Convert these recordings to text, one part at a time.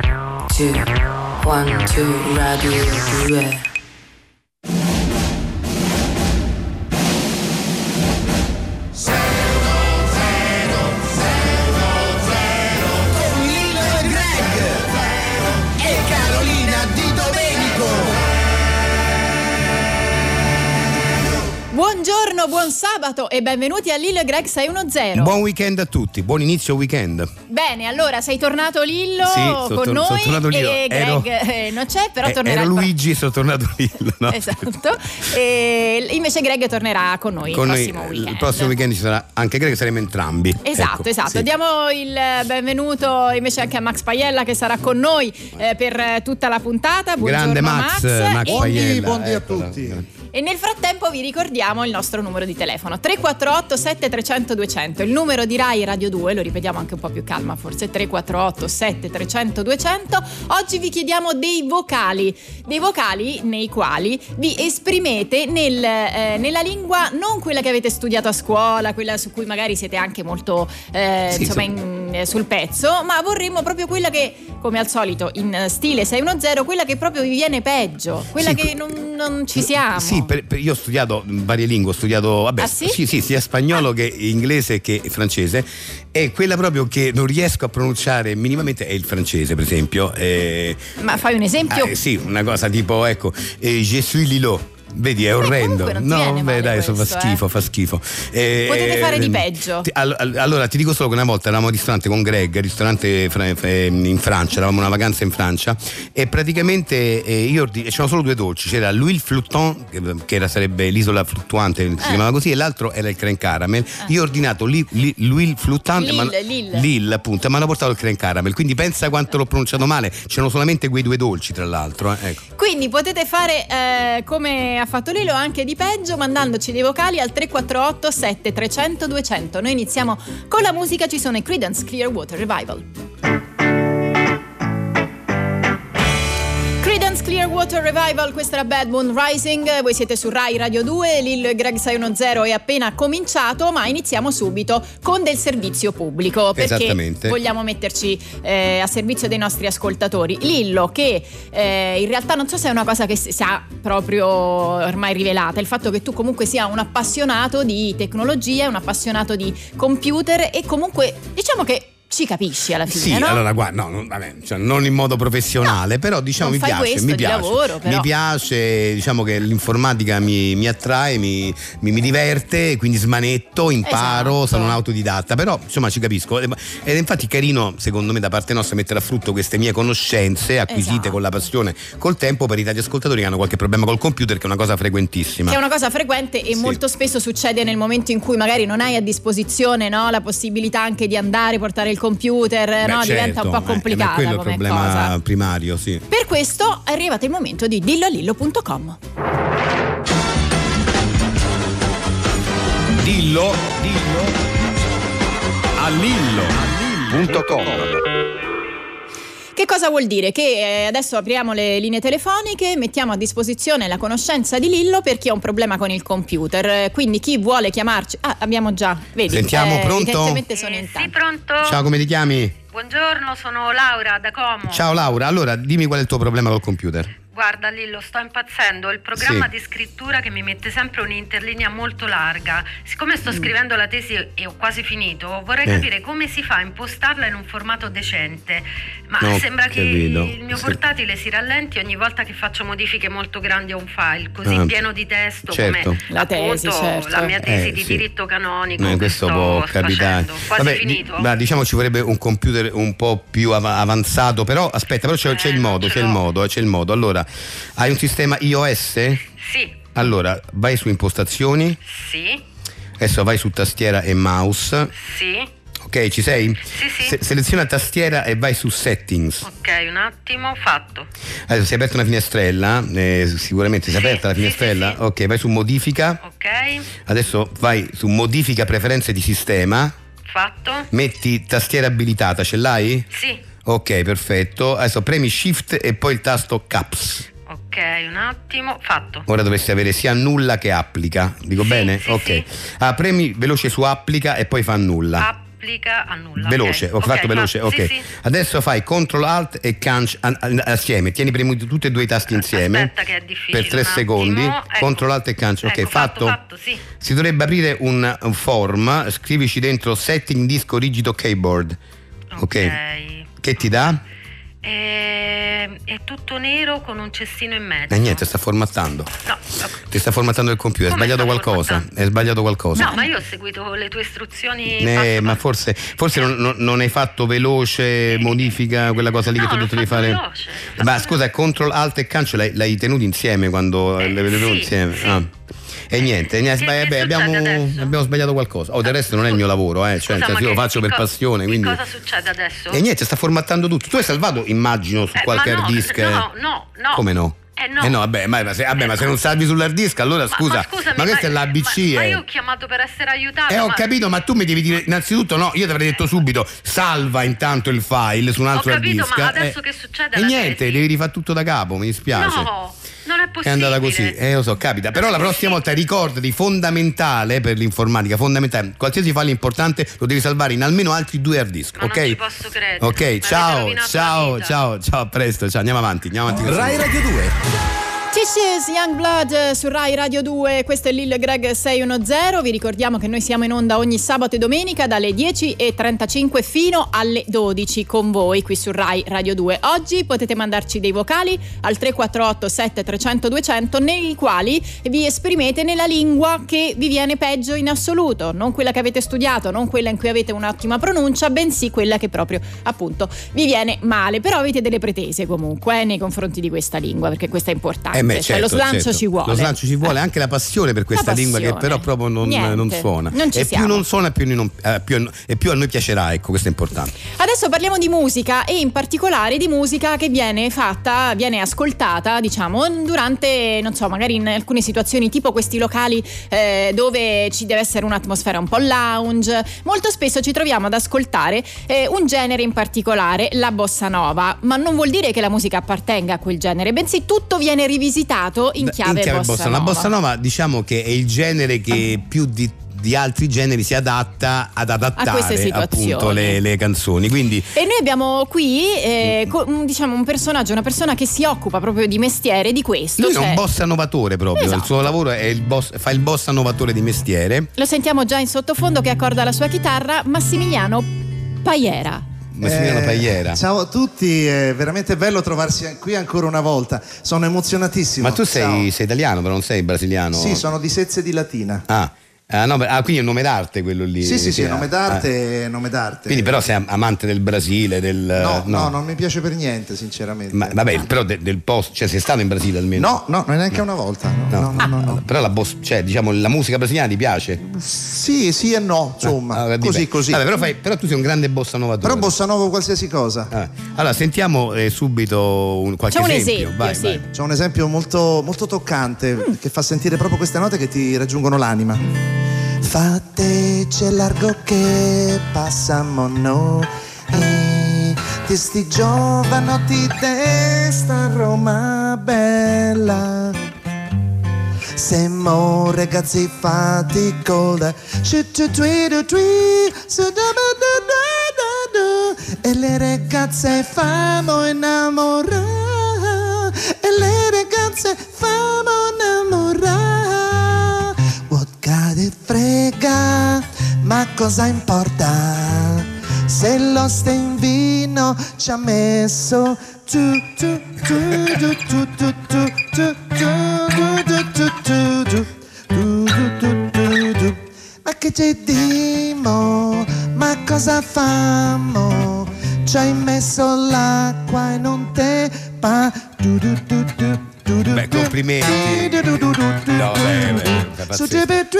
two, one, two, radio 2. con Lino e Greg e Carolina Di Domenico. Buongiorno, buon sabato e benvenuti a Lillo e Greg 610. Buon weekend a tutti, buon inizio weekend. Bene, allora sei tornato Lillo Sì, sono con tor- noi sono tornato Lillo. e Ero- Greg eh, non c'è, però Eh, tornerà ero il pro- Luigi, sono tornato Lillo. no? Esatto. E invece Greg tornerà con noi Con il noi, eh, prossimo weekend. il prossimo weekend ci sarà anche Greg, saremo entrambi. Esatto, Ecco, esatto. sì. Diamo il benvenuto invece anche a Max Paiella che sarà con noi eh, per eh, tutta la puntata. Buongiorno Grande Max, eh, Max, ecco, eh, e, Paiella. buondì a Eccola. tutti. e nel frattempo vi ricordiamo il nostro numero di telefono 348 7300 200, il numero di Rai Radio 2, lo ripetiamo anche un po' più calma, forse 348 7300 200. Oggi vi chiediamo dei vocali, dei vocali nei quali vi esprimete nel, eh, nella lingua non quella che avete studiato a scuola, quella su cui magari siete anche molto eh, Sì, insomma, sì. in- eh, sul pezzo, ma vorremmo proprio quella che, come al solito, in eh, stile 610, quella che proprio vi viene peggio, quella Sì, che que- non, non ci siamo. Sì, per- per- io ho studiato varie lingue, ho studiato vabbè, Ah, sì? Ah. Sì, sia spagnolo che inglese che francese e quella proprio che non riesco a pronunciare minimamente è il francese, per esempio. eh, Ma fai un esempio? ah, eh, sì, una cosa tipo, ecco, eh, je suis Lilo. Vedi, è orrendo. Eh, comunque non ti no, viene male beh, dai, so- questo, fa schifo, eh. fa schifo. Eh, Potete eh, fare di ehm, peggio. ti- all- all- allora, ti dico solo che una volta eravamo al ristorante con Greg, al ristorante fra- fra- in Francia, eravamo in una vacanza in Francia e praticamente eh, io ordi- c'erano solo due dolci, c'era l'huile flutton, che, che era- sarebbe l'isola fluttuante, Eh. si chiamava così, e l'altro era il creme caramel. Io ho ordinato li- li- l'huile flutton, Lille, ma- Lille. Lille, appunto, e mi hanno portato il creme caramel, quindi pensa quanto l'ho pronunciato male, c'erano solamente quei due dolci tra l'altro. eh, Ecco. Quindi potete fare eh, come ha fatto Lilo anche di peggio mandandoci dei vocali al 348 7300 200. Noi iniziamo con la musica, ci sono i Credence Clearwater Revival. Credence Clearwater Revival, questa era Bad Moon Rising, voi siete su Rai Radio 2, Lillo e Greg 610 è appena cominciato, ma iniziamo subito con del servizio pubblico, perché Esattamente. vogliamo metterci eh, a servizio dei nostri ascoltatori. Lillo, che eh, in realtà non so se è una cosa che si sa proprio ormai rivelata, il fatto che tu comunque sia un appassionato di tecnologia, un appassionato di computer e comunque diciamo che ci capisci alla fine, Sì, Ah, eh, no? allora guarda, no, non, vabbè, cioè, non in modo professionale, però diciamo non mi fai piace, questo mi di piace. lavoro, però. Mi piace, diciamo che l'informatica mi, mi attrae, mi, mi- mi diverte, quindi smanetto, imparo, Esatto. sono un autodidatta, però insomma ci capisco. Ed è infatti carino, secondo me, da parte nostra mettere a frutto queste mie conoscenze acquisite Esatto. con la passione, col tempo per i tanti ascoltatori che hanno qualche problema col computer, che è una cosa frequentissima. Che è una cosa frequente e Sì. molto spesso succede nel momento in cui magari non hai a disposizione no, la possibilità anche di andare, portare il computer, Beh, no, diventa certo, un eh, po' ma complicata quello è il come problema cosa. primario, sì. Per questo è arrivato il momento di dillalillo.com. Dillo, dillo a Lillo. Punto com. Che cosa vuol dire? Che eh, adesso apriamo le linee telefoniche, mettiamo a disposizione la conoscenza di Lillo per chi ha un problema con il computer. Eh, Quindi chi vuole chiamarci. Ah, abbiamo già. Vedi, eh, Sentiamo, pronto? Evidentemente sono Eh, in sì, tanti. pronto? Ciao, come ti chiami? Buongiorno, sono Laura da Como. Ciao Laura, allora dimmi qual è il tuo problema col computer. Guarda Lillo, sto impazzendo, ho il programma Sì. di scrittura che mi mette sempre un'interlinea molto larga. Siccome sto scrivendo la tesi e ho quasi finito, vorrei Mm. Eh. capire come si fa a impostarla in un formato decente. Ma No, sembra che capito. il mio Sì. portatile si rallenti ogni volta che faccio modifiche molto grandi a un file, così Ah, pieno di testo certo. come La tesi, appunto, certo. la mia tesi Eh, di sì. diritto canonico. Eh, che questo sto può facendo. capitare. Quasi Vabbè, finito. di- ma diciamo ci vorrebbe un computer un po' più av- avanzato, però aspetta, però c'è, Eh, c'è il non modo, ce c'è il l'ho. modo, eh, c'è il modo. Allora, hai un sistema iOS? Sì, Allora, vai su impostazioni, sì, adesso vai su tastiera e mouse. sì. Ok, ci sei? Sì, sì. Se- seleziona tastiera e vai su settings. Ok, un attimo, fatto. Adesso si è aperta una finestrella, eh, sicuramente si è Sì, aperta la sì, sì, finestrella. sì. Ok, vai su modifica. Ok, Adesso vai su modifica preferenze di sistema. fatto. Metti tastiera abilitata, ce l'hai? Sì, Ok, perfetto. Adesso premi Shift e poi il tasto Caps. ok, un attimo, fatto. Ora dovresti avere sia nulla che applica. Dico Sì, bene? sì, ok. sì. Ah, premi veloce su applica e poi fa nulla. App- implica a nulla. Veloce, ok? ho fatto Ok, veloce, ma- ok. sì, sì. Adesso fai CTRL ALT e CANC assieme, tieni premuti tutti e due i tasti insieme Aspetta che è difficile. per tre un attimo. secondi, Ecco. CTRL ALT e CANC, ok, Ecco, fatto. fatto, sì. Si dovrebbe aprire un un form, scrivici dentro setting disco rigido keyboard. Ok. Che ti dà? Ehm, è tutto nero con un cestino in mezzo. E Eh, niente, sta formattando. No, Ti sta formattando il computer, hai Come sbagliato sta qualcosa. formattando? Hai sbagliato qualcosa. no, ma io ho seguito le tue istruzioni. Eh, passo ma passo. forse, forse non, non- non hai fatto veloce modifica quella cosa lì No, che ti ho l'ho detto di fatto fare. veloce. Ma scusa, control alt e cancio l'hai, l'hai tenuto insieme quando Eh, le vedevo sì, insieme. sì. Ah. E niente, ne- Che- beh, che beh, abbiamo, succede adesso? abbiamo sbagliato qualcosa. Oh, del resto non è il mio lavoro, eh. cioè, Scusa, nel senso, ma io lo che- faccio che per co- passione. che Quindi... cosa succede adesso? E niente, sta formattando tutto. Tu hai salvato, immagino, su Eh, qualche ma hard no, disk. eh? No, no, no. Come no? Eh no. vabbè, ma, ma se, vabbè, Eh, ma se no. non salvi sull'hard disk, allora Ma- scusa, ma, ma, scusami, questa è l'ABC. ma- ma eh. io ho chiamato per essere aiutato. Eh, ho Ah, ma- capito, ma tu mi devi dire innanzitutto no, io ti avrei detto subito salva intanto il file su un altro Ho capito, hard disk. ma adesso eh. che succede E alla niente, tesi? devi rifare tutto da capo, mi dispiace. No, non è possibile. È andata così, eh, lo so, capita. Però la prossima volta ricordati, fondamentale per l'informatica, fondamentale, qualsiasi file importante lo devi salvare in almeno altri due hard disk, Ma ok? non ci posso credere. Mi Ok, avete ciao, rovinato la ciao, vita. ciao, ciao, a presto, ciao, andiamo avanti, andiamo avanti. così. Rai Radio 2. This is Young Blood eh, su Rai Radio 2, questo è Lil Greg 610, vi ricordiamo che noi siamo in onda ogni sabato e domenica dalle 10.35 fino alle 12 con voi qui su Rai Radio 2. Oggi potete mandarci dei vocali al 348 7300 200 nei quali vi esprimete nella lingua che vi viene peggio in assoluto, non quella che avete studiato, non quella in cui avete un'ottima pronuncia, bensì quella che proprio appunto vi viene male, però avete delle pretese comunque eh, nei confronti di questa lingua, perché questa è importante. Eh beh, Cioè, lo certo, slancio certo. ci vuole. Lo slancio ci vuole, Eh. anche la passione per questa lingua che passione. però proprio non, Niente, non suona. non ci e siamo. più non suona più noi non- eh, più- e più a noi piacerà, ecco, questo è importante. Adesso parliamo di musica e in particolare di musica che viene fatta, viene ascoltata, diciamo, durante, non so, magari in alcune situazioni tipo questi locali eh, dove ci deve essere un'atmosfera un po' lounge. Molto spesso ci troviamo ad ascoltare eh, un genere in particolare, la bossa nova, ma non vuol dire che la musica appartenga a quel genere, bensì tutto viene rivisitato in chiave, bossa, La nova. bossa nova diciamo che è il genere che più di, di altri generi si adatta ad adattare situazioni. appunto le, le canzoni. Quindi E noi abbiamo qui Mm. eh, co- un- diciamo un personaggio, una persona che si occupa proprio di mestiere di questo. lui è un cioè- bossa novatore proprio, il Esatto. suo lavoro è il boss, fa il bossa novatore di mestiere. Lo sentiamo già in sottofondo che accorda la sua chitarra Massimiliano Paiera. Ah, Massimiliano Eh, Pagliera. Ciao a tutti, è veramente bello trovarsi an- qui ancora una volta. Sono emozionatissimo. Ma tu sei, Ciao. sei italiano, però non sei brasiliano. Sì, sono di Sezze di Latina. Ah, ah, no, beh, ah, quindi è un nome d'arte quello lì. sì, sì, sì, ah, nome ah. d'arte, nome d'arte. Quindi però sei am- amante del Brasile, del... no, eh, no, non mi piace per niente, sinceramente. Ma, vabbè, però de- del posto, cioè sei stato in Brasile almeno. No, no, non è neanche una volta. No, no, no, no, no. Però la, boss- cioè, diciamo, la musica brasiliana ti piace? Sì, sì e no, insomma, Ah, vabbè, così, dipende. così. Vabbè, però, fai- però tu sei un grande bossa novatore. Però bossa nova qualsiasi cosa. Ah, Allora, sentiamo eh, subito un, qualche C'è un esempio. esempio, vai, sì. vai. C'è un esempio molto, molto toccante che fa sentire proprio queste note che ti raggiungono l'anima. Fatece largo che passamo noi di sti giovanotti testa Roma bella. Siamo ragazzi fatti coda. E le ragazze famo innamorare. E le ragazze famo innamorare. Wodka di frega, ma cosa importa? Se lo stai in vino ci ha messo tu tu tu tu tu tu tu tu tu tu tu tu tu tu tu tu ma che ci dimo? Ma cosa famo? Ci hai messo l'acqua e non te pa tu tu tu tu tu tu Beh, tu. complimenti. Tu tu tu tu tu tu. No, beh, beh, è pazzesco. Su tu tu tu tu tu.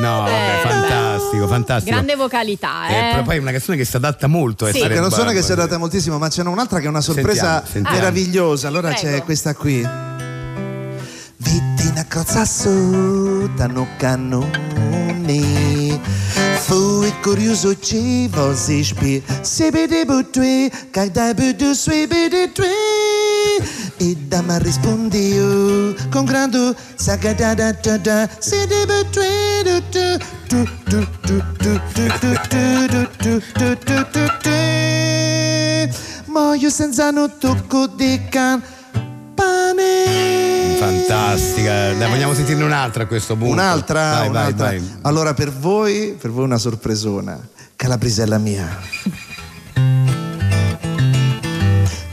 No, vabbè, Bello. fantastico, fantastico. Eh, Grande vocalità, Eh, eh. però poi è una canzone che si adatta molto eh, a Sì. essere Che non sono barba, che si è sì. data moltissimo, ma c'è un'altra che è una sorpresa Sentiamo, sentiamo. meravigliosa. Allora Prego. c'è questa qui. Vittina crozzasso danno cannoni. Fui curioso ci vosi spi. Sebede butui, cagda budu sui bede tui. e dama rispondi io con grande sagadadadada si deve tu tu tu tu tu tu tu tu tu tu tu tu tu tu muoio senza un tocco di campane Fantastica, Dai, vogliamo sentirne un'altra a questo punto. Un'altra, vai, un'altra. Vai, vai. Allora per voi, per voi una sorpresona. Calabrisella mia.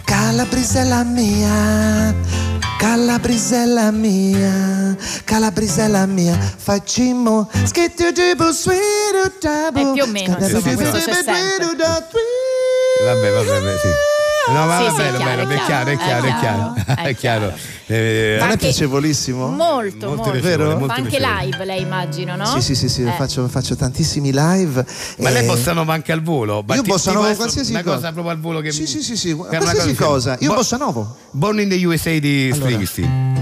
Calabrisella mia. Calabrisella mia, calabrisella mia, facciamo scritto tipo sweet Eh, più o meno, insomma, questo c'è sempre. Vabbè, vabbè, vabbè, sì. No, ma Sì, va sì, è bello, chiaro, bello, è chiaro, è chiaro, è chiaro. È chiaro. Eh, Non Ma è che- piacevolissimo? Molto, Molto molto. piacevole, Vero? molto Fa anche piacevole. live, lei immagino, no? Sì, sì, sì, sì, Eh. faccio, faccio tantissimi live. Ma lei eh, bossa nova anche al volo? Battisti bossa nova Weston, qualsiasi una cosa. cosa proprio al volo che Sì, sì, sì, sì, che è una qualsiasi cosa. Io Bo- bossa novo. Born in the USA di Allora. Springsteen.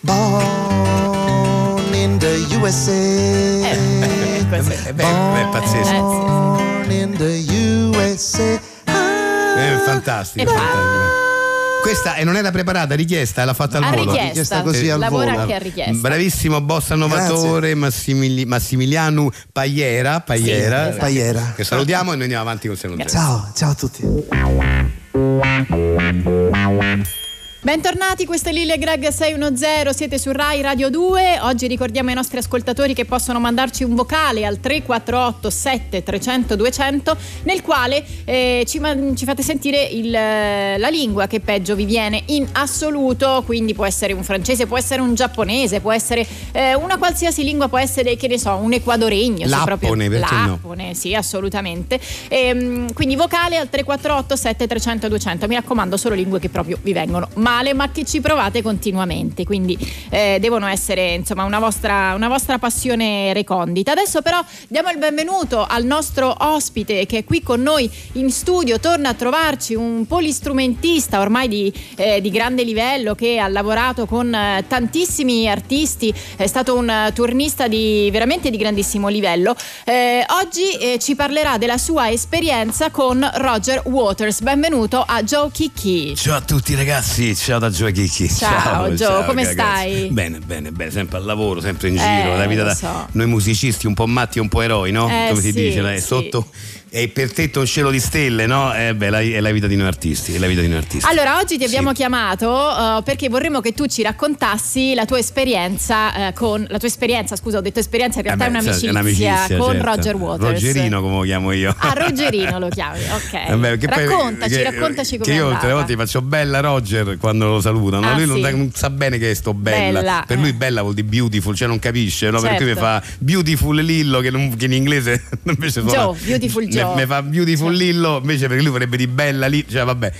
Born in the USA. Eh, così. Eh, beh, è pazzesco. Born in the USA. È E Eh, fantastico. fa- fantastico. Questa eh, non era preparata, richiesta, l'ha fatta al A volo. richiesta richiesta, così al lavora volo. anche a richiesta. Bravissimo bossa novatore Massimili- Massimiliano Pagliera, Pagliera, esatto. Paiera. che salutiamo e noi andiamo avanti con Seno Zero. Ciao, ciao a tutti. Bentornati, questo è Lille Greg 610, siete su Rai Radio 2. Oggi ricordiamo ai nostri ascoltatori che possono mandarci un vocale al 348 7300 200 nel quale eh, ci, man- ci fate sentire il, eh, la lingua che peggio vi viene in assoluto, quindi può essere un francese, può essere un giapponese, può essere eh, una qualsiasi lingua, può essere che ne so, un equadoregno, se Lappone, proprio perché no? Lappone, sì, assolutamente. Ehm, quindi vocale al 348 7300 200. Mi raccomando, solo lingue che proprio vi vengono male, ma che ci provate continuamente. Quindi eh, devono essere insomma una vostra, una vostra passione recondita. Adesso però diamo il benvenuto al nostro ospite che è qui con noi in studio. Torna a trovarci un polistrumentista ormai di, eh, di grande livello che ha lavorato con eh, tantissimi artisti. È stato un eh, turnista di veramente di grandissimo livello. Eh, oggi eh, ci parlerà della sua esperienza con Roger Waters. Benvenuto a Joe Kiki. Ciao a tutti ragazzi, ciao da Gio e Chicchi. Ciao, Gio, come stai? Bene, bene, bene, sempre al lavoro, sempre in Eh, giro, la vita lo da so. noi musicisti un po' matti e un po' eroi, no? Eh, come si sì, dice, là, è sì. sotto e per tetto un cielo di stelle, no? Eh, beh, la- è la vita di noi artisti, è la vita di noi artisti. Allora, oggi ti abbiamo Sì. chiamato eh, perché vorremmo che tu ci raccontassi la tua esperienza eh, con la tua esperienza, scusa, ho detto esperienza, in realtà Eh beh, è un'amicizia, sai, è un'amicizia, con certo. Roger Waters. Rogerino come lo chiamo io. Ah, Rogerino lo chiami, ok. Vabbè, che poi- raccontaci, che- raccontaci come Che io è tutte le andata. volte gli faccio bella Roger quando lo salutano. Ah, lui non, sì. da- non sa bene che è sto bella. Bella, Per eh. lui bella vuol dire beautiful, cioè non capisce, no? Per cui mi Certo. fa beautiful Lillo che, non- che in inglese invece Joe, suona. beautiful Me- Joe. Me fa beautiful Sì. Lillo invece perché lui vorrebbe di bella lì, cioè vabbè.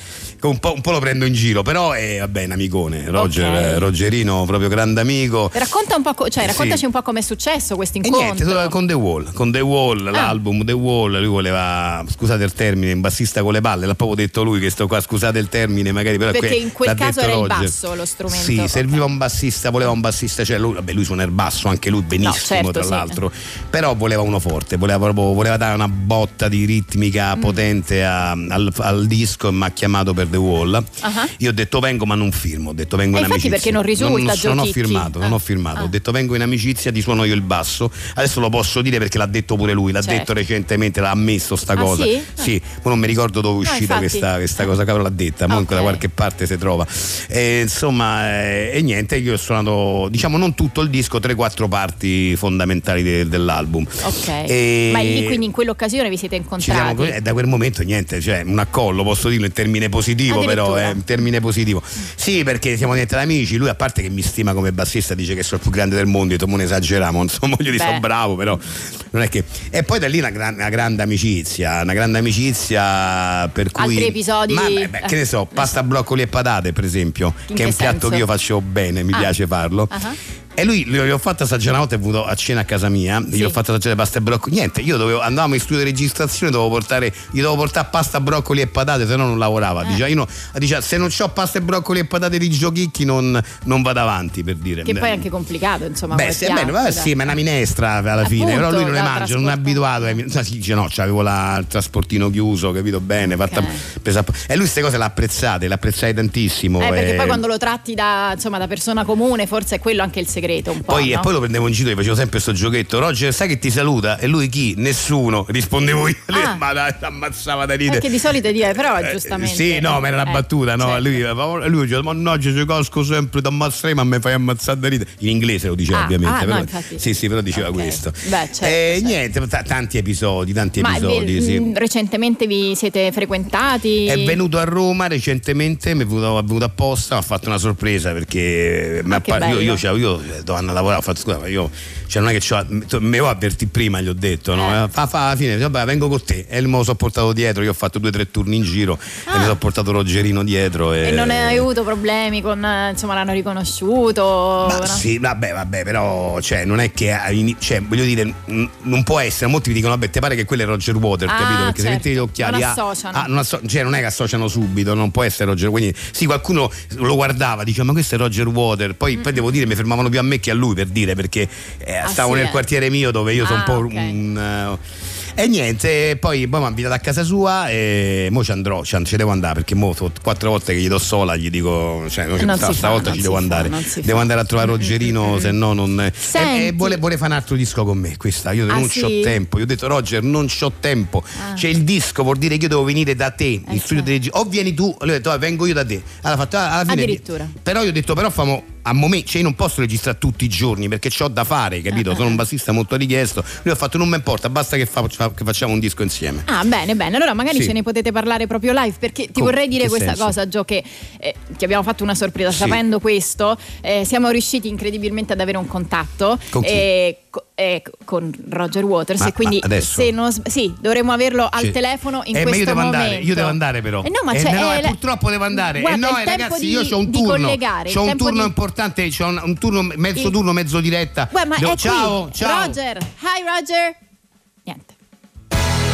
Un po', un po' lo prendo in giro, però è vabbè, un amicone. Roger, Ok. eh, Rogerino, proprio grande amico. Racconta un po', co- cioè, Eh, sì. raccontaci un po' com'è successo questo E incontro. niente, solo con The Wall, con The Ah. Wall, l'album The Wall, lui voleva, scusate il termine, un bassista con le palle, l'ha proprio detto lui che sto qua, scusate il termine, magari però è Perché que- in quel l'ha caso detto era il Roger. basso lo strumento, Sì, ok. serviva un bassista, voleva un bassista, cioè lui, vabbè, lui suona il basso anche lui benissimo certo, tra sì. l'altro, però voleva uno forte, voleva proprio voleva dare una botta di Mm. ritmica potente a- al, al disco e mi ha chiamato per The Wall. Ah. Io ho detto vengo ma non firmo, ho detto vengo E in Eh, infatti amicizia. perché non risulta, non, Gio non ho Chicchi. firmato, non Ah. ho Ah. firmato, ho detto detto vengo in amicizia, ti suono io il basso. Adesso lo posso dire perché l'ha detto pure lui, l'ha Certo. detto recentemente, l'ha ammesso sta Ah, cosa. sì? ma non mi ricordo dove è uscita infatti. questa, questa cosa, cavolo l'ha detta, Ah, comunque ok. da qualche parte si trova. E, insomma, eh, e niente, io ho suonato, diciamo non tutto il disco, 3-4 parti fondamentali de- dell'album. Ok. E- Ma lì quindi in quell'occasione vi siete ci siamo incontrati. co- e da quel momento niente, cioè un accollo, posso dirlo in termine positivo, però Addirittura. Mm. è un termine positivo. Sì, perché siamo diventati amici, lui a parte che mi stima come bassista, dice che sono il più grande del mondo, io detto, "Mo ne esageriamo, insomma, voglio dire, Beh. sono bravo, però non è che e poi da lì una, gran- una grande amicizia, una grande amicizia per cui Altri episodi? Ma, beh, beh, che ne so, pasta broccoli e patate, per esempio, In che è che un piatto senso? che io faccio bene, mi Ah. piace farlo. Ah. E lui gli ho fatta sta giornata, è venuto a cena a casa mia, gli ho fatto assaggiare pasta e broccoli. Niente, io dovevo, andavamo in studio di registrazione, dovevo portare, gli dovevo portare pasta, broccoli e patate, se no non lavorava. Eh. Diceva, io no- diceva, se non ho pasta e broccoli e patate di giochicchi non, non vado avanti, per dire. Che poi è anche complicato, insomma. Beh, come sì, è piatto, bello, ma dai. sì, ma è una minestra alla fine, Appunto, però lui non le da mangia, non è trasportare. abituato. ai min- no, si dice no, c'avevo la- il trasportino chiuso, capito bene, fatta pesa- E lui queste cose le ha apprezzate, le apprezzai tantissimo. Eh, perché eh. poi quando lo tratti da, insomma, da persona comune, forse è quello anche il segreto. Un po', Poi, no? E poi lo prendevo in giro e facevo sempre sto giochetto. Roger, sai che ti saluta? E lui chi? Nessuno. Rispondevo io. Lui Ah. ma la- ammazzava da ridere. Perché di solito dire, però Eh, giustamente. Sì, no, ma era una eh, battuta, no? certo. Lui, eh, lui diceva, mannaggia, ci casco sempre, ti ammazzerei, ma mi fai ammazzare da ridere. In inglese lo diceva Ah, ovviamente. ah, no, però, infatti. sì, sì, però diceva questo. Beh, certo, Eh, niente, t- tanti episodi, tanti Ma episodi, vi- sì. mh, recentemente vi siete frequentati? È venuto a Roma recentemente, mi è venuto, è venuto apposta, mi ha fatto una sorpresa perché mi ha che par- io, bello. io, c'avevo- io devo andare a lavorare, ho fatto scusa, ma io cioè, non è che c'ho- me- me lo avvertì prima, gli ho detto, no? Eh, Fa, fa alla fine, vabbè, vengo con te. E me lo sono portato dietro, io ho fatto due o tre turni in giro e mi sono portato Rogerino dietro. E, Ah. E non hai avuto problemi con, eh, insomma, l'hanno riconosciuto? Ma no? sì, vabbè, vabbè, però cioè, non è che a- in- cioè, voglio dire, n- non può essere. Molti mi dicono: vabbè, ti pare che quello è Roger Water, Ah, capito? Perché se certo. metti gli occhiali Non ah, associano. ah, non, asso- cioè, non è che associano subito, non può essere Roger. Quindi, sì, qualcuno lo guardava, diceva: Ma questo è Roger Water. Poi, poi devo dire, mi fermavano più a me che a lui per dire, perché eh, Ah, stavo sì, nel eh. quartiere mio dove io sono Ah, un po' ok. un. eh, e niente, poi, poi mi ha invitato a casa sua e mo ci andrò, ci ci devo andare perché mo so- quattro volte che gli do sola gli dico, cioè, no, Non si sta- fa, stavolta non ci si devo fa, andare, non si fa. Mm, devo andare a trovare Rogerino, se no non. e- Senti. E, vuole, vuole fare un altro disco con me. Questa, io Ah, non sì? Ah. ho tempo. Io ho detto, Roger, non ho tempo. C'è il disco, vuol dire che io devo venire da te Eh, in studio di regia. O vieni tu, lui ha detto, "Ah, vengo io da te. Allora, ha fatto, "Ah, alla fine- Addirittura. Però io ho detto, però famo. A momenti, cioè io non posso registrare tutti i giorni perché ho da fare, Eh, capito? Sono un bassista molto richiesto. Lui ha fatto: non mi importa, basta che, fa- che facciamo un disco insieme. Ah, bene, bene. Allora magari Sì. ce ne potete parlare proprio live perché ti Come? vorrei dire Che questa senso? cosa, Gio, che eh, ti abbiamo fatto una sorpresa. Sì. Sapendo questo, eh, siamo riusciti incredibilmente ad avere un contatto Con chi? eh, co- eh, con Roger Waters Ma- e quindi ma adesso? se non s- sì, dovremmo averlo al Sì. telefono in Eh, ma questo io devo momento. andare, io devo andare però. Eh, no, ma Eh, c'è- no, eh, eh, la- purtroppo devo andare. Guarda, Eh, no, il eh, tempo ragazzi, di- io ho un di turno. collegare, il C'ho un tempo turno di- importante, c'ho un, un turno mezzo Il- turno, mezzo diretta. Guarda, ma Devo- è ciao, qui. ciao. Roger. Hi Roger. Niente.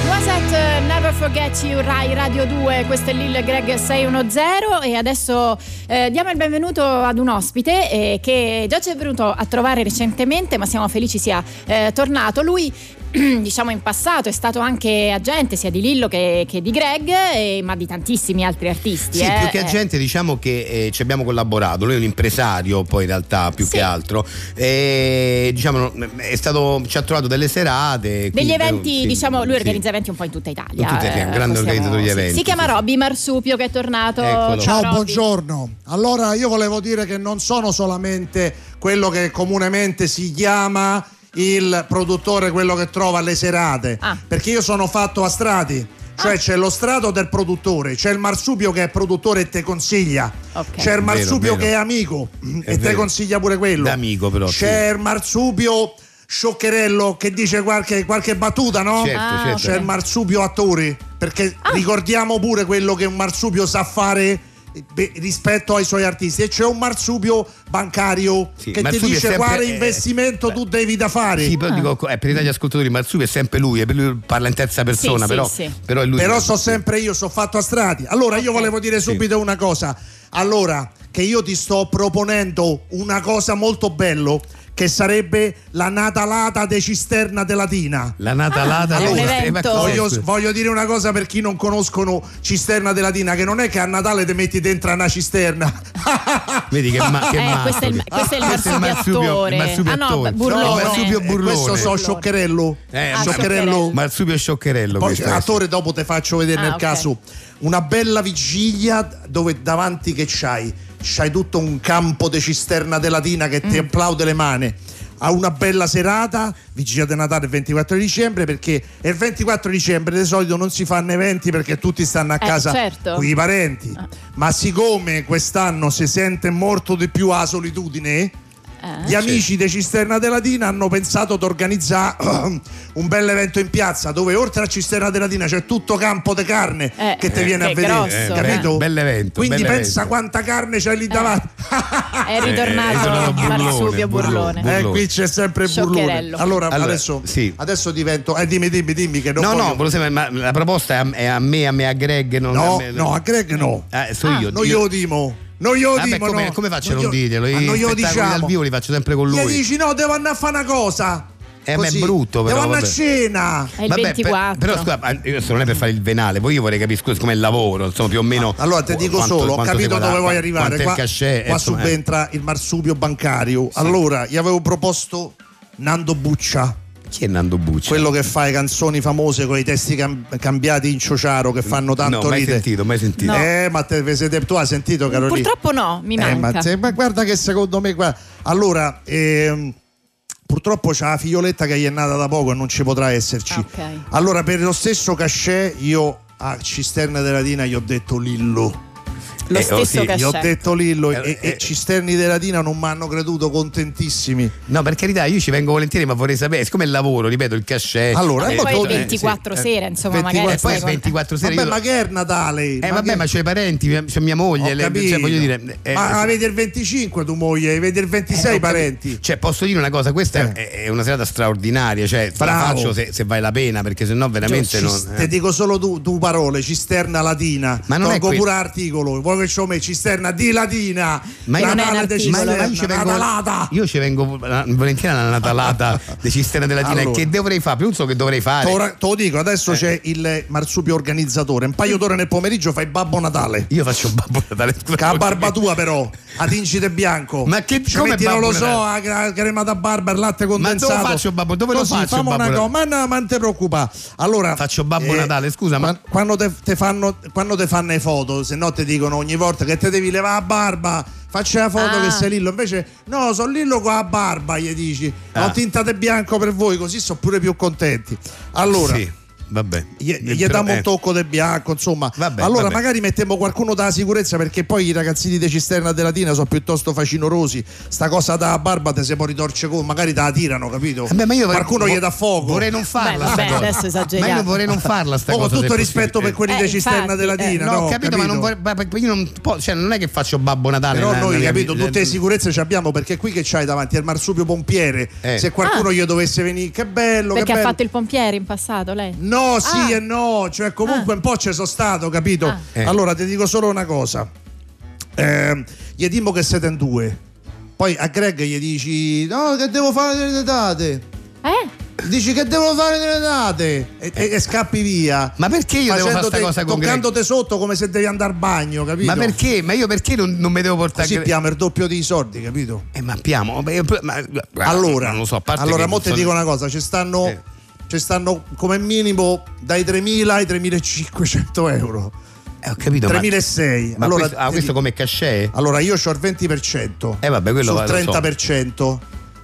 Was at eh, Never Forget You Rai Radio 2, questo è Lil Greg 610 e adesso eh, diamo il benvenuto ad un ospite eh, che già ci è venuto a trovare recentemente ma siamo felici sia eh, tornato. Lui diciamo in passato è stato anche agente sia di Lillo che, che di Greg eh, ma di tantissimi altri artisti. Sì, eh, più che eh. agente diciamo che eh, ci abbiamo collaborato, lui è un impresario poi in realtà più Sì. che altro, e, diciamo, è stato, ci ha trovato delle serate. Degli quindi- eh, eventi, sì, diciamo, lui sì. organizza eventi un po' in tutta Italia. Eh, In tutta Italia, un grande organizzatore di sì. eventi, Si chiama sì, sì. Robby Marsupio che è tornato. Eccolo. Ciao, Ciao, Robby. buongiorno. Allora, io volevo dire che non sono solamente quello che comunemente si chiama il produttore, quello che trova le serate, Ah. perché io sono fatto a strati. Cioè Ah. c'è lo strato del produttore, c'è il marsupio che è produttore e te consiglia, Ok. c'è il Vero, marsupio vero. che è amico È e te vero. consiglia pure quello. Da amico, però, C'è il marsupio scioccherello che dice qualche, qualche battuta, no? Certo, Ah, certo. ok. C'è il marsupio attori, perché Ah. ricordiamo pure quello che un marsupio sa fare beh, rispetto ai suoi artisti. E c'è un marsupio bancario Sì, che ti Marsupio è dice sempre- quale eh, investimento beh. tu devi da fare. Sì, Ah. però dico, eh, per i tagli ascoltatori Marzuppi è sempre lui, e per lui parla in terza persona, sì, però, sì. però è lui. Però che- so sempre io, sono fatto a strati. Allora io volevo dire subito una cosa. Allora, che io ti sto proponendo una cosa molto bello che sarebbe la natalata de cisterna de latina. La natalata Ah, è un allora, eh, ma evento. cos'è Voglio, questo? voglio dire una cosa per chi non conoscono Cisterna della Dina, che non è che a Natale ti metti dentro una cisterna. Vedi che, ma, che Eh, mazzo questo è il- che- questo è il questo marsupio attore. il marsupio Ah, no, attore. burlone. il marsupio eh, burlone. Questo so scioccherello. Eh, Ah, scioccherello. scioccherello. Marsupio scioccherello. Poi questo è. attore dopo te faccio vedere Ah, nel ok. caso una bella vigilia dove davanti che c'hai? C'hai tutto un campo di cisterna della Dina che Mm. ti applaude le mani. A una bella serata, vigilia di Natale il 24 dicembre, perché il 24 dicembre di solito non si fanno eventi perché tutti stanno a Eh, casa certo. con i parenti. Ma siccome quest'anno si sente molto di più la solitudine, Eh? Gli amici di Cisterna della Dina hanno pensato di organizzare un bel evento in piazza dove oltre a Cisterna della Dina c'è tutto campo di carne Eh, che ti viene che a vedere. grosso, Eh. capito? eh. Bell'evento, Quindi bell'evento. pensa quanta carne c'è lì davanti. È Eh, è tornato ritornato Burlone, Marsupio Burlone. Burlone. Eh, qui c'è sempre Burlone. Scioccherello. Allora, Allora, adesso, sì. adesso divento. Eh, dimmi, dimmi, dimmi che non No, voglio- no, volevo sapere, ma la proposta è a, è a me, a me, a Greg, non a no, me. no, a Greg no. Eh, so Ah. io. Noi glielo dimo. Noi glielo Vabbè, dimo. come, no. come faccio a Noi non glielo- dirglielo? Ma I noi glielo spettacoli dal diciamo. vivo li faccio sempre con Gli lui. dici no, devo andare a fare una cosa. Eh, ma è brutto, però, Devo andare a vabbè. cena. È il Vabbè, per- 24. però scusa, ma io adesso non è per fare il venale, poi io vorrei capire scusa, com'è il lavoro, insomma, più o meno. Ah, Allora ti dico Oh, quanto- solo, ho quanto si capito guadagna, dove vuoi arrivare. quanto è il Qua, cachet, qua insomma, eh. subentra il marsupio bancario. Allora, gli avevo proposto Nando Buccia, Chi è Nando Bucci? quello che fa le canzoni famose con i testi cam- cambiati in ciociaro che fanno tanto no, mai ridere. sentito, mai sentito. No. Eh, ma te, ve siete- tu hai sentito, Carolina? Purtroppo no, mi Eh, ma, manca. se- ma guarda che secondo me guarda- allora ehm, purtroppo c'è la figlioletta che gli è nata da poco e non ci potrà esserci Ah, ok. allora per lo stesso cachet io a Cisterna della Dina gli ho detto Lillo Lo Eh, oh, stesso sì, cachet. gli ho detto Lillo e, Eh, e eh. Cisterni della Dina non mi hanno creduto contentissimi No, per carità, io ci vengo volentieri, ma vorrei sapere, siccome è il lavoro, ripeto, il cachet. Allora, E eh, poi tu- il eh, 24 sì, sera, insomma, 24 magari poi sai il secondo- con- 24 sera. vabbè io- ma che è Natale Eh, vabbè, che- ma c'ho i parenti, mia- c'ho mia Ho moglie, le- cioè, capito. voglio dire. eh, ma eh, vedi il 25 tu moglie vedi il 26 Eh, ho capito. parenti Cioè, posso dire una cosa: questa è- è, è una serata straordinaria. Cioè, te la Eh. Bravo. faccio se, se vale la pena, perché sennò veramente Cioè, non. eh. cis- Ti dico solo du- due parole, cisterna latina. Ma non è Tolgo quello. pure articolo. Vuoi che ci ho messo cisterna di latina? Ma io- La Non è nana un de articolo. Ma cisterna, io ci vengo, Natalata. io ci vengo eh, volentieri alla Natalata di Cisterna della Tina. Allora. Che dovrei fare? Più non so che dovrei fare. Te lo- te lo dico, Eh. adesso c'è il marsupio organizzatore. Un paio d'ore nel pomeriggio fai Babbo Natale. Io faccio Babbo Natale. scusa, Che la barba perché- tua però, ad incide bianco. Ma che- ci come metti, non lo Babbo so, la la crema da barba, il latte condensato. faccio Babbo? Dove lo Così, faccio fammi Babbo una Natale? cosa, ma no, ma non ti preoccupare. Allora, Faccio Babbo eh, Natale, scusa, ma. Qua- quando te, te fanno, quando te fanno le foto, se no ti dicono ogni volta che te devi levare la barba, facci la foto Ah. che sei Lillo. Invece, no, sono Lillo con la barba, gli dici. Ah. Ho tintate bianco per voi, così sono pure più contenti. Allora. Sì, vabbè. Gli, Eh, gli però, diamo eh. un tocco del bianco, insomma. Vabbè, allora, vabbè. magari mettiamo qualcuno dalla sicurezza perché poi i ragazzini di Cisterna della Tina sono piuttosto facinorosi. Sta cosa da barba te se poi ritorce con, magari te la tirano, capito? Vabbè, Eh ma io vorrei- qualcuno vo- gli dà fuoco. Vorrei non farla. Beh, sta vabbè, cosa. adesso esageriamo. Ma io vorrei non farla sta Oh, con cosa. se tutto è rispetto per possibile. quelli Eh, di Cisterna infatti, della eh, Dina. No, no, ho capito, ma capito? non, vorrei, ma perché io non, po- cioè, non è che faccio Babbo Natale. Però nella- noi, nella- capito, nella- tutte le sicurezze ci abbiamo perché qui che c'hai davanti è il marsupio pompiere. Eh. Se qualcuno gli dovesse venire, che bello, Ah. Perché che ha bello. fatto il pompiere in passato lei? No, sì Ah. e no, cioè comunque Ah. un po' ci sono stato, capito? Ah. Eh. Allora ti dico solo una cosa. Ehm, gli dimo che siete in due. Poi a Greg gli dici "No, che devo fare delle date?" Eh? Dici che devo fare delle date e, e- e scappi via. Ma perché io devo fare sta Facendote- cosa con Greg? toccandoti sotto come se devi andare al bagno, capito? Ma perché? Ma io perché non, non mi devo portare Così Gre- abbiamo il doppio dei soldi, capito? Eh, ma abbiamo. Ma, io- ma- guarda, allora, non lo so, a parte allora che mo non ti so- dico una cosa, ci stanno, Eh. ci stanno come minimo dai 3.000 ai 3.500 euro. Eh, ho capito. ma- 3.600. Ma allora, questo, ah, ti questo dico- come cachet? allora io ho il 20%. Eh, vabbè, quello va- sul lo so. 30%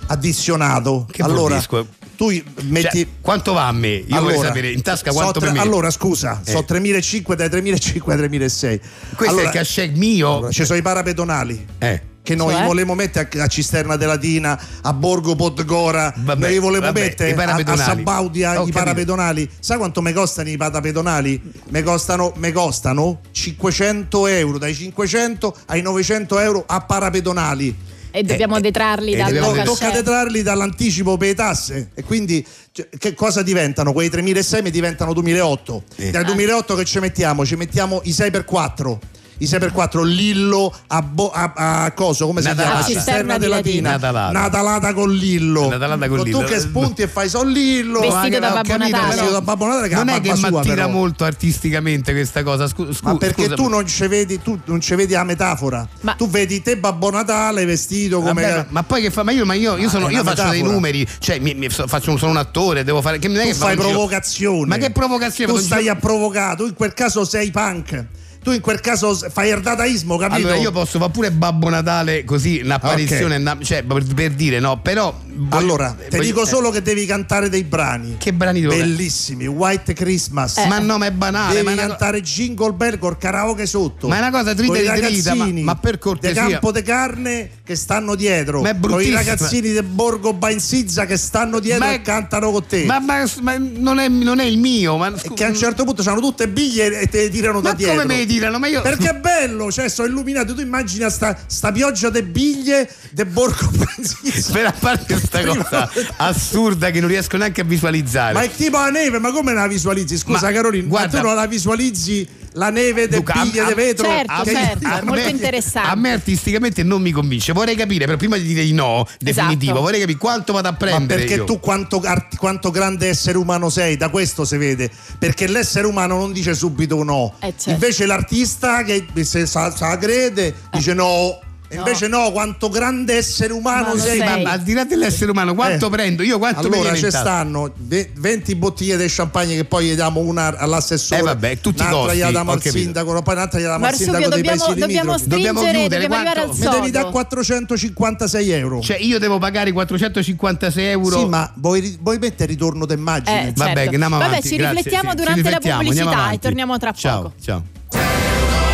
addizionato. Che allora, buon disco. tu i- metti Cioè, quanto va a me? Io vorrei sapere in tasca so quanto tre- mi metto. Allora, scusa, Eh. sono 3.500 dai 3.500 ai 3.600. Questo è Allora, il cachet mio. allora, ci sono i parapedonali. Eh. Che noi Cioè? volevamo mettere a, a Cisterna della Dina, a Borgo Podgora, Vabbè, noi li volevamo vabbè, i mettere a, a parapedonali. Sabaudia Ho i capito. parapedonali. Sai quanto mi costano i parapedonali? Mi costano, mi costano 500 euro, dai 500 ai 900 euro a parapedonali. E dobbiamo eh, detrarli eh, dal dobbiamo No, Allora, tocca cachet. detrarli dall'anticipo per le tasse e quindi cioè, che cosa diventano? Quei 3.600 mi diventano 2.008. Eh. Dal 2.008 che ci mettiamo? Ci mettiamo i 6x4. I 6x4 Lillo a, bo- a- a coso, come si Natalata. chiama? Cisterna di della Dina. Natalata. Natalata con Lillo. Natalata con Lillo. Tu che spunti e fai son Lillo. Vestito Ma che- da ho Babbo capito, Natale. vestito da Babbo Natale che ha non la è che barba mi sua, attira però. molto artisticamente questa cosa. Scu- scu- Ma perché scusa. tu non ci vedi, tu non ci vedi la metafora. Ma- Tu vedi te Babbo Natale vestito come. Ah, Vabbè, ma, ma poi che fa? Ma io, ma io, io sono- è io una faccio dei metafora. numeri, cioè mi- mi- so- faccio un- sono un attore, devo fare. Che non è tu che vado fai in giro- provocazione. Ma che provocazione? Tu Vado in stai giro- a provocare, tu in quel caso sei punk. Tu in quel caso s- fai il dadaismo, capito? Allora io posso fare pure Babbo Natale così un'apparizione, Ok. una- cioè per, per dire no, però voglio- Allora, ti voglio- dico eh, solo che devi cantare dei brani. Che brani dove? Bellissimi, White Christmas. Ma no, ma è banale. Ma Devi è una co- cantare Jingle Bell col karaoke sotto. Ma è una cosa trita Coi e ritrita, ma- ragazzini ma per cortesia. De Campo de Carne che stanno dietro. Ma è con i bruttissima. ragazzini del Borgo Bainzizza che stanno dietro Ma- e cantano con te. Ma, ma- ma non, è, non è il mio. Ma, E che a un certo punto hanno tutte biglie e te le tirano ma da dietro. come me li tirano? Ma io. Perché è bello, cioè sono illuminato. Tu immagina sta, sta pioggia de biglie de Borgo Bainzizza. Per a parte questa Prima- cosa assurda che non riesco neanche a visualizzare. Ma è tipo la neve, ma come la visualizzi? Scusa, Ma, Carolina, guarda- ma tu non la visualizzi la neve de Luca, a- biglie a- de vetro? Certo, Che- certo. è molto me- interessante. A me artisticamente non mi convince. Vorrei capire, però prima di dire di no, definitivo, Esatto. vorrei capire quanto vado a prendere. Ma perché io. tu quanto, art- quanto grande essere umano sei, da questo si vede. Perché l'essere umano non dice subito no. Eh, certo. Invece l'artista che se sa, sa crede dice no. E Eh. No. Invece no, quanto grande essere umano Umano sei. sei. Ma- ma al di là dell'essere umano, quanto Eh. prendo? Io quanto mi allora viene ci in tasca? stanno ve- 20 bottiglie di champagne che poi gli diamo una all'assessore Eh, vabbè, tutti i un'altra costi, gliela diamo ho al capito. sindaco poi un'altra gliela diamo al Marsupio, sindaco dei dobbiamo, paesi dobbiamo limitrofi stringere, Dobbiamo dobbiamo, chiudere, arrivare al quanto? mi devi dare sodo. 456 euro Cioè, io devo pagare 456 euro. sì ma vuoi, vuoi mettere il ritorno d'immagine Eh, Vabbè, Certo. che andiamo Vabbè, avanti, ci grazie, riflettiamo sì, ci durante la riflettiamo, andiamo pubblicità e avanti. torniamo tra Ciao, poco. Ciao.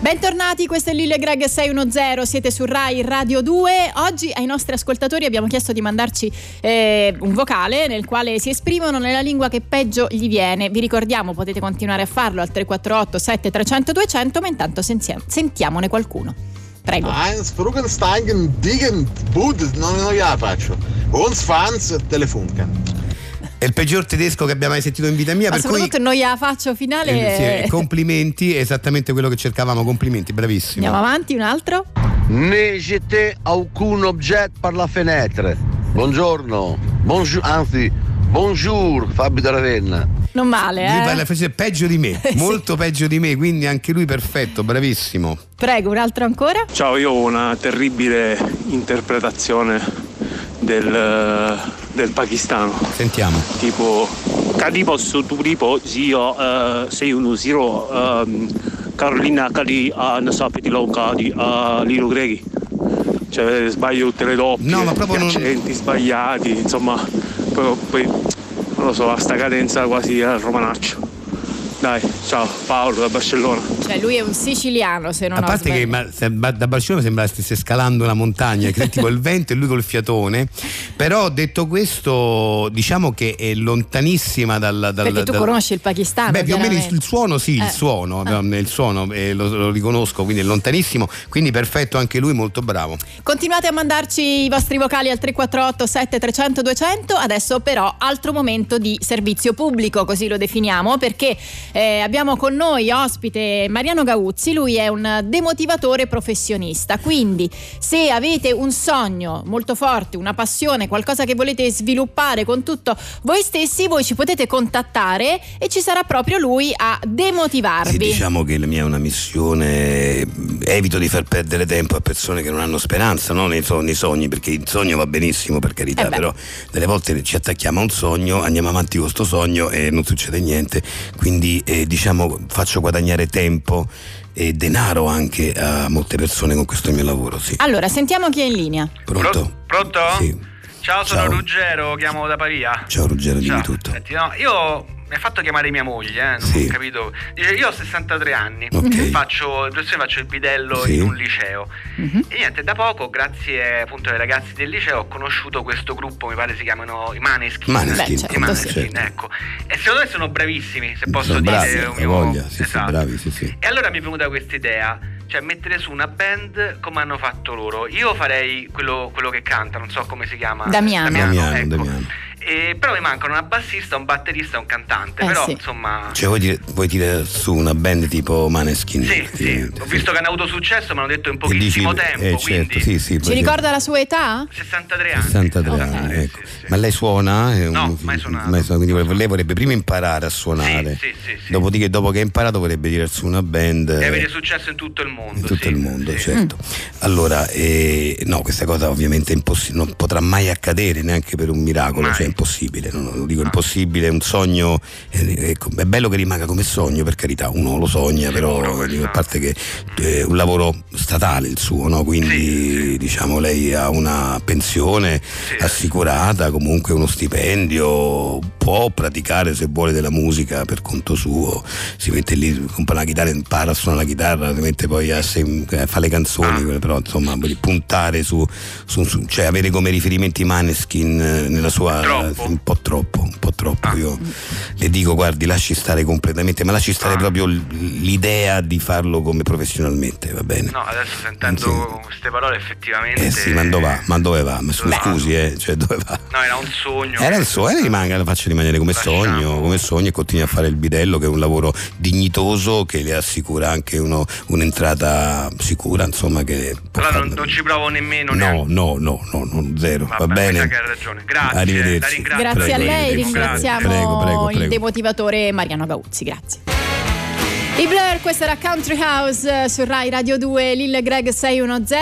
Bentornati, questo è Lillo e Greg 610, siete su Rai Radio 2. Oggi ai nostri ascoltatori abbiamo chiesto di mandarci eh, un vocale nel quale si esprimono nella lingua che peggio gli viene. Vi ricordiamo, potete continuare a farlo al 348 7300 200, ma intanto sentia- sentiamone qualcuno. Prego. Ah, Eins, Bruggensteigen, Digen, Bud, non, non gliela faccio. Uns fans, telefunken. È il peggior tedesco che abbia mai sentito in vita mia. Ma per cui soprattutto noi a faccio Eh, sì, finale. eh, complimenti, è esattamente quello che cercavamo. Complimenti, bravissimo. Andiamo avanti, un altro. Ne jete alcun objet per la fenêtre. Buongiorno, Bonjour- anzi, bonjour Fabio da Ravenna. Non male, Lui eh. parla francese peggio di me, Eh, sì. molto peggio di me, quindi anche lui perfetto, bravissimo. Prego, un altro ancora. Ciao, io ho una terribile interpretazione del, eh, del pakistano, Sentiamo. tipo Kadipo Soturipo, zio, eh, sei uno zero, ehm, Carolina Cali, uh, non so, Petilonca di eh, Lilo Greghi. Cioè, sbaglio tutte le doppie, No, ma proprio gli non- accenti sbagliati, insomma, poi, poi, non lo so, a sta cadenza quasi al romanaccio. Dai, ciao, Paolo da Barcellona. Cioè, lui è un siciliano, se non A parte ho che sbagliato. ma- se- ma- da Barcellona sembra stesse scalando una montagna, che tipo il vento e lui col fiatone. Però detto questo, diciamo che è lontanissima dalla. dal- Perché tu dal- conosci il pakistano. Beh, più o meno il, chiaramente. il suono sì, Eh. il suono, Ah. eh, il suono eh, lo, lo riconosco, quindi è lontanissimo, quindi perfetto anche lui, molto bravo. Continuate a mandarci i vostri vocali al 348 7300 200, adesso però altro momento di servizio pubblico, così lo definiamo, perché eh, abbiamo con noi ospite Mariano Gauzzi, lui è un demotivatore professionista, quindi se avete un sogno molto forte, una passione, qualcosa che volete sviluppare con tutto voi stessi, voi ci potete contattare e ci sarà proprio lui a demotivarvi. Sì, diciamo che la mia è una missione. Evito di far perdere tempo a persone che non hanno speranza no? nei, so- nei sogni, perché il sogno va benissimo, per carità, Eh beh. però delle volte ci attacchiamo a un sogno, andiamo avanti con questo sogno e non succede niente. Quindi eh, diciamo faccio guadagnare tempo e denaro anche a molte persone con questo mio lavoro. Sì. Allora, sentiamo chi è in linea. Pronto? Pronto? Sì. Ciao, sono Ciao. Ruggero, chiamo da Pavia. Ciao Ruggero, dimmi Ciao. tutto. Senti, no, io mi ha fatto chiamare mia moglie, eh, non Sì. ho capito. Dice, io ho 63 anni, Mhm. Ok. faccio, adesso faccio il bidello Sì. in un liceo. Mhm. E niente, da poco, grazie appunto ai ragazzi del liceo, ho conosciuto questo gruppo, mi pare si chiamano i Maneskin. Maneskin, Beh, certo, I Maneskin, sì. ecco. E secondo me sono bravissimi, se posso Sono dire. bravi, un ha mio- voglia, sì, sì, esatto. bravi, sì, sì. E allora mi è venuta questa idea, cioè mettere su una band come hanno fatto loro. Io farei quello, quello che canta, non so come si chiama. Damiano. Damiano, ecco. Damiano. E però mi mancano una bassista, un batterista e un cantante. Eh, però sì. insomma... Cioè, vuoi, dire- vuoi tirare su una band tipo Maneskin? Sì, sì, ho visto che hanno avuto successo, me l'hanno detto in Che dici- pochissimo tempo, eh, quindi certo, sì, sì, Ci perché- ricorda la sua età? 63 anni. 63 sì, anni, sì, ecco. sì, sì. Ma lei suona? È un- No, mai suonato. mai suonato, quindi lei vorrebbe prima imparare a suonare. Sì, sì, sì, sì. Dopodiché, dopo che ha imparato, vorrebbe tirare su una band. Deve eh, avere successo in tutto il mondo. in tutto sì, il mondo, sì. Mm. certo. Allora, eh, no, questa cosa ovviamente è impossi- non potrà mai accadere neanche per un miracolo, Mai, cioè è impossibile, non lo dico impossibile, è un sogno, eh, ecco, è bello che rimanga come sogno, per carità, uno lo sogna, però dico, a parte che eh, è un lavoro statale il suo, no? quindi diciamo lei ha una pensione assicurata, comunque uno stipendio, può praticare se vuole della musica per conto suo, si mette lì, compra la chitarra, impara a suonare la chitarra, si mette poi a, sem- a fare le canzoni, quelle- però insomma voglio dire, puntare su, su- su- cioè avere come riferimenti Maneskin eh, nella sua un po' troppo, un po' Ah. troppo. Io le dico guardi, lasci stare completamente, ma lasci Ah. stare proprio l- l'idea di farlo come professionalmente, va bene? No, adesso sentendo queste parole effettivamente... Eh sì, ma dove va? Ma dove va? Ma scusi, Beh. scusi, eh, cioè dove va? No, era un sogno. Era il suo, era rimanga, la faccia rimanere come sogno, come sogno e continua a fare il bidello che è un lavoro dignitoso che le assicura anche uno- un'entrata sicura, insomma che... Allora non, non ci provo nemmeno. No, no, no, no, no, zero, Vabbè, va mi sa bene? che ha ragione. Grazie, Arrivederci. la ringrazio. Grazie a Prego, lei, arrivederci. ringraziamo Prego, prego, il prego. demotivatore Mariano Gauzzi, grazie. I Blur, questa era Country House eh, su Rai Radio 2, Lil Greg 610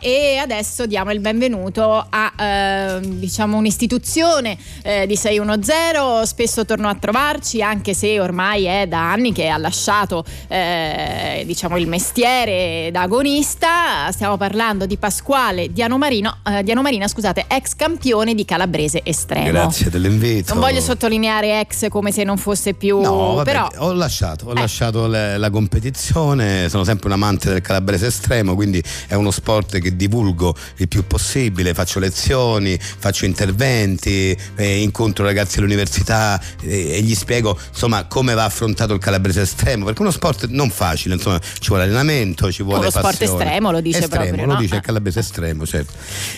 e adesso diamo il benvenuto a eh, diciamo un'istituzione eh, di 610, spesso tornò a trovarci anche se ormai è da anni che ha lasciato eh, diciamo il mestiere da agonista, stiamo parlando di Pasquale Diano, Marino, eh, Diano Marina, scusate, ex campione di Calabrese Estremo. Grazie dell'invito. Non voglio sottolineare ex come se non fosse più, No, vabbè, però Eh. ho lasciato, ho lasciato le- la competizione, sono sempre un amante del calabrese estremo, quindi è uno sport che divulgo il più possibile, faccio lezioni, faccio interventi, eh, incontro ragazzi all'università eh, e gli spiego insomma come va affrontato il calabrese estremo, perché è uno sport non facile, insomma ci vuole allenamento, ci vuole Uno sport passione. estremo, lo dice Estremo, proprio, lo no? Ah. dice il calabrese estremo, certo.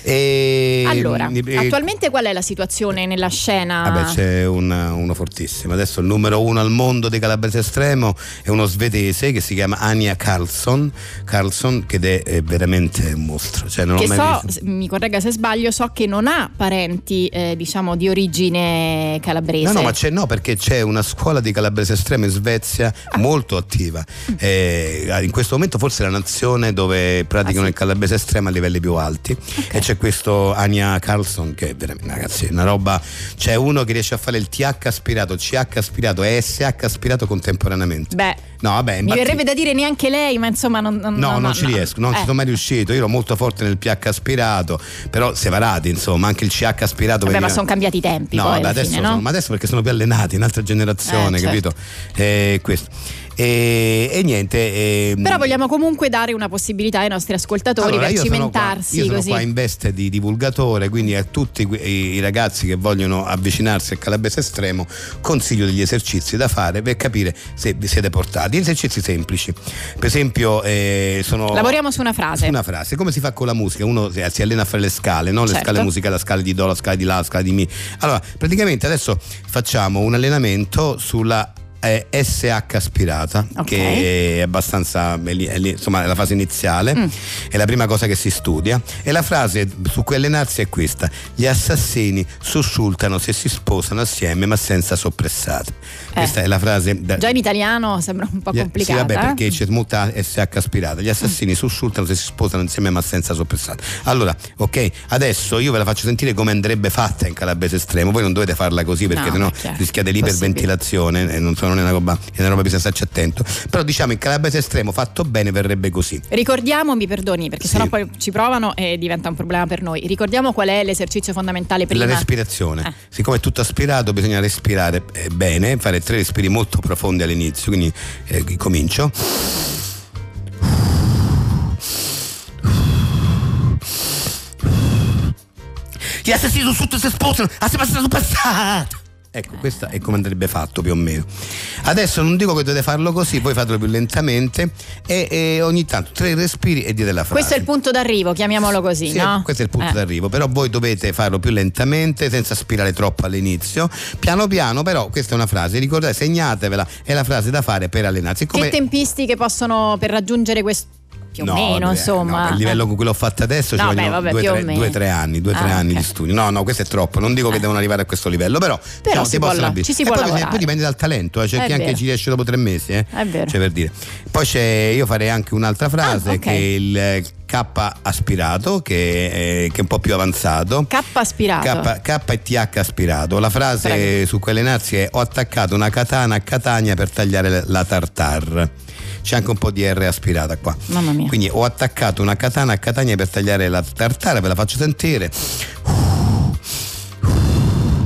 E- mm, allora, e- attualmente qual è la situazione nella scena? Vabbè, Ah c'è un- uno fortissimo. Adesso il numero uno al mondo dei calabrese estremo è uno svedese che si chiama Ania Carlson, Carlson che è, è veramente un mostro. Cioè, non che ho mai so, visto. s- mi corregga se sbaglio, so che non ha parenti, eh, diciamo, di origine calabrese. No, no, ma c'è no, perché c'è una scuola di calabrese estremo in Svezia Ah. molto attiva. Mm. Eh, in questo momento forse è la nazione dove Ah, praticano il calabrese estremo a livelli più alti. E c'è questo Ania Carlson che è veramente, ragazzi, è una roba. C'è uno che riesce a fare il TH aspirato, CH aspirato e SH aspirato contemporaneamente. Beh, No, vabbè, mi imbatti- verrebbe da dire neanche lei, ma insomma, non, non- No, no, non no, ci no. riesco, non ci Eh, sono mai riuscito. Io ero molto forte nel pH aspirato, però separati, insomma, anche il CH aspirato. Vabbè, veniva- ma sono cambiati i tempi. No, poi, vabbè, alla adesso, fine, sono- no? ma adesso perché sono più allenati, un'altra generazione, Eh, certo. capito? Eh, questo. E, e niente. ehm, Però vogliamo comunque dare una possibilità ai nostri ascoltatori allora, per io sono qua- cimentarsi Io sono così. qua in veste di divulgatore, quindi a tutti que- i ragazzi che vogliono avvicinarsi al calabrese estremo consiglio degli esercizi da fare per capire se vi siete portati. Esercizi semplici. Per esempio, eh, sono. Lavoriamo su una frase. Una frase, come si fa con la musica? Uno si si allena a fare le scale, no? le Certo. scale musicali, la scala di Do, la scala di La, la scala di Mi. Allora, praticamente adesso facciamo un allenamento sulla eh, SH aspirata, che è abbastanza, è lì- è lì, insomma, è la fase iniziale, Mm. è la prima cosa che si studia. E la frase su cui allenarsi è questa: gli assassini sussultano se si sposano assieme ma senza soppressate. Questa è la frase da, Eh. Già in italiano sembra un po' gli- complicata. Sì, eh? Mm. vabbè, perché c'è molta SH aspirata. Gli assassini sussultano se si sposano insieme ma senza soppressate. Allora, ok, adesso io ve la faccio sentire come andrebbe fatta in calabrese estremo. Voi non dovete farla così perché No, sennò è cioè, chiaro. rischiate l'iperventilazione. eh, non, so, non è una roba, è una roba che bisogna starci attento. Però diciamo in calabrese estremo fatto bene verrebbe così. Ricordiamo, mi perdoni perché sennò poi ci provano e diventa un problema per noi. Ricordiamo qual è l'esercizio fondamentale prima. Eh. La respirazione. Siccome è tutto aspirato, bisogna respirare eh, bene, fare tre respiri molto profondi all'inizio. Quindi eh, comincio. Gli assassini sono sotto si sposano, a se passano passato. Ecco, questo è come andrebbe fatto più o meno. Adesso non dico che dovete farlo così, voi fatelo più lentamente e, e ogni tanto tre respiri e dite la frase. Questo è il punto d'arrivo, chiamiamolo così, Sì, no? Questo è il punto Eh. d'arrivo, però voi dovete farlo più lentamente, senza aspirare troppo all'inizio. Piano piano, però, questa è una frase, ricordate, segnatevela, è la frase da fare per allenarsi. Che tempistiche possono per raggiungere questo più o No, meno, due- insomma. Eh. no, il livello con cui l'ho fatta adesso ci No, beh, vogliono vabbè, due, più o tre, meno. due, tre anni, due, tre Ah, anni ok. Eh. di studio. No, no, questo è troppo. Non dico che devono arrivare a questo livello, però, diciamo, si si può possono la- avvi- ci si E può poi, bisogna- lavorare. poi dipende dal talento, eh, c'è È chi anche vero. ci riesce dopo tre mesi. eh. È vero. Cioè, per dire. Poi c'è, io farei anche un'altra frase Ah, ok. che il eh, K aspirato, che è, che è un po' più avanzato. K aspirato. K, K e TH aspirato. La frase Prego. su quelle nazi è ho attaccato una katana a Catania per tagliare la- la tartar. C'è anche un po' di R aspirata qua. Mamma mia. Quindi ho attaccato una katana a Catania per tagliare la tartara, ve la faccio sentire.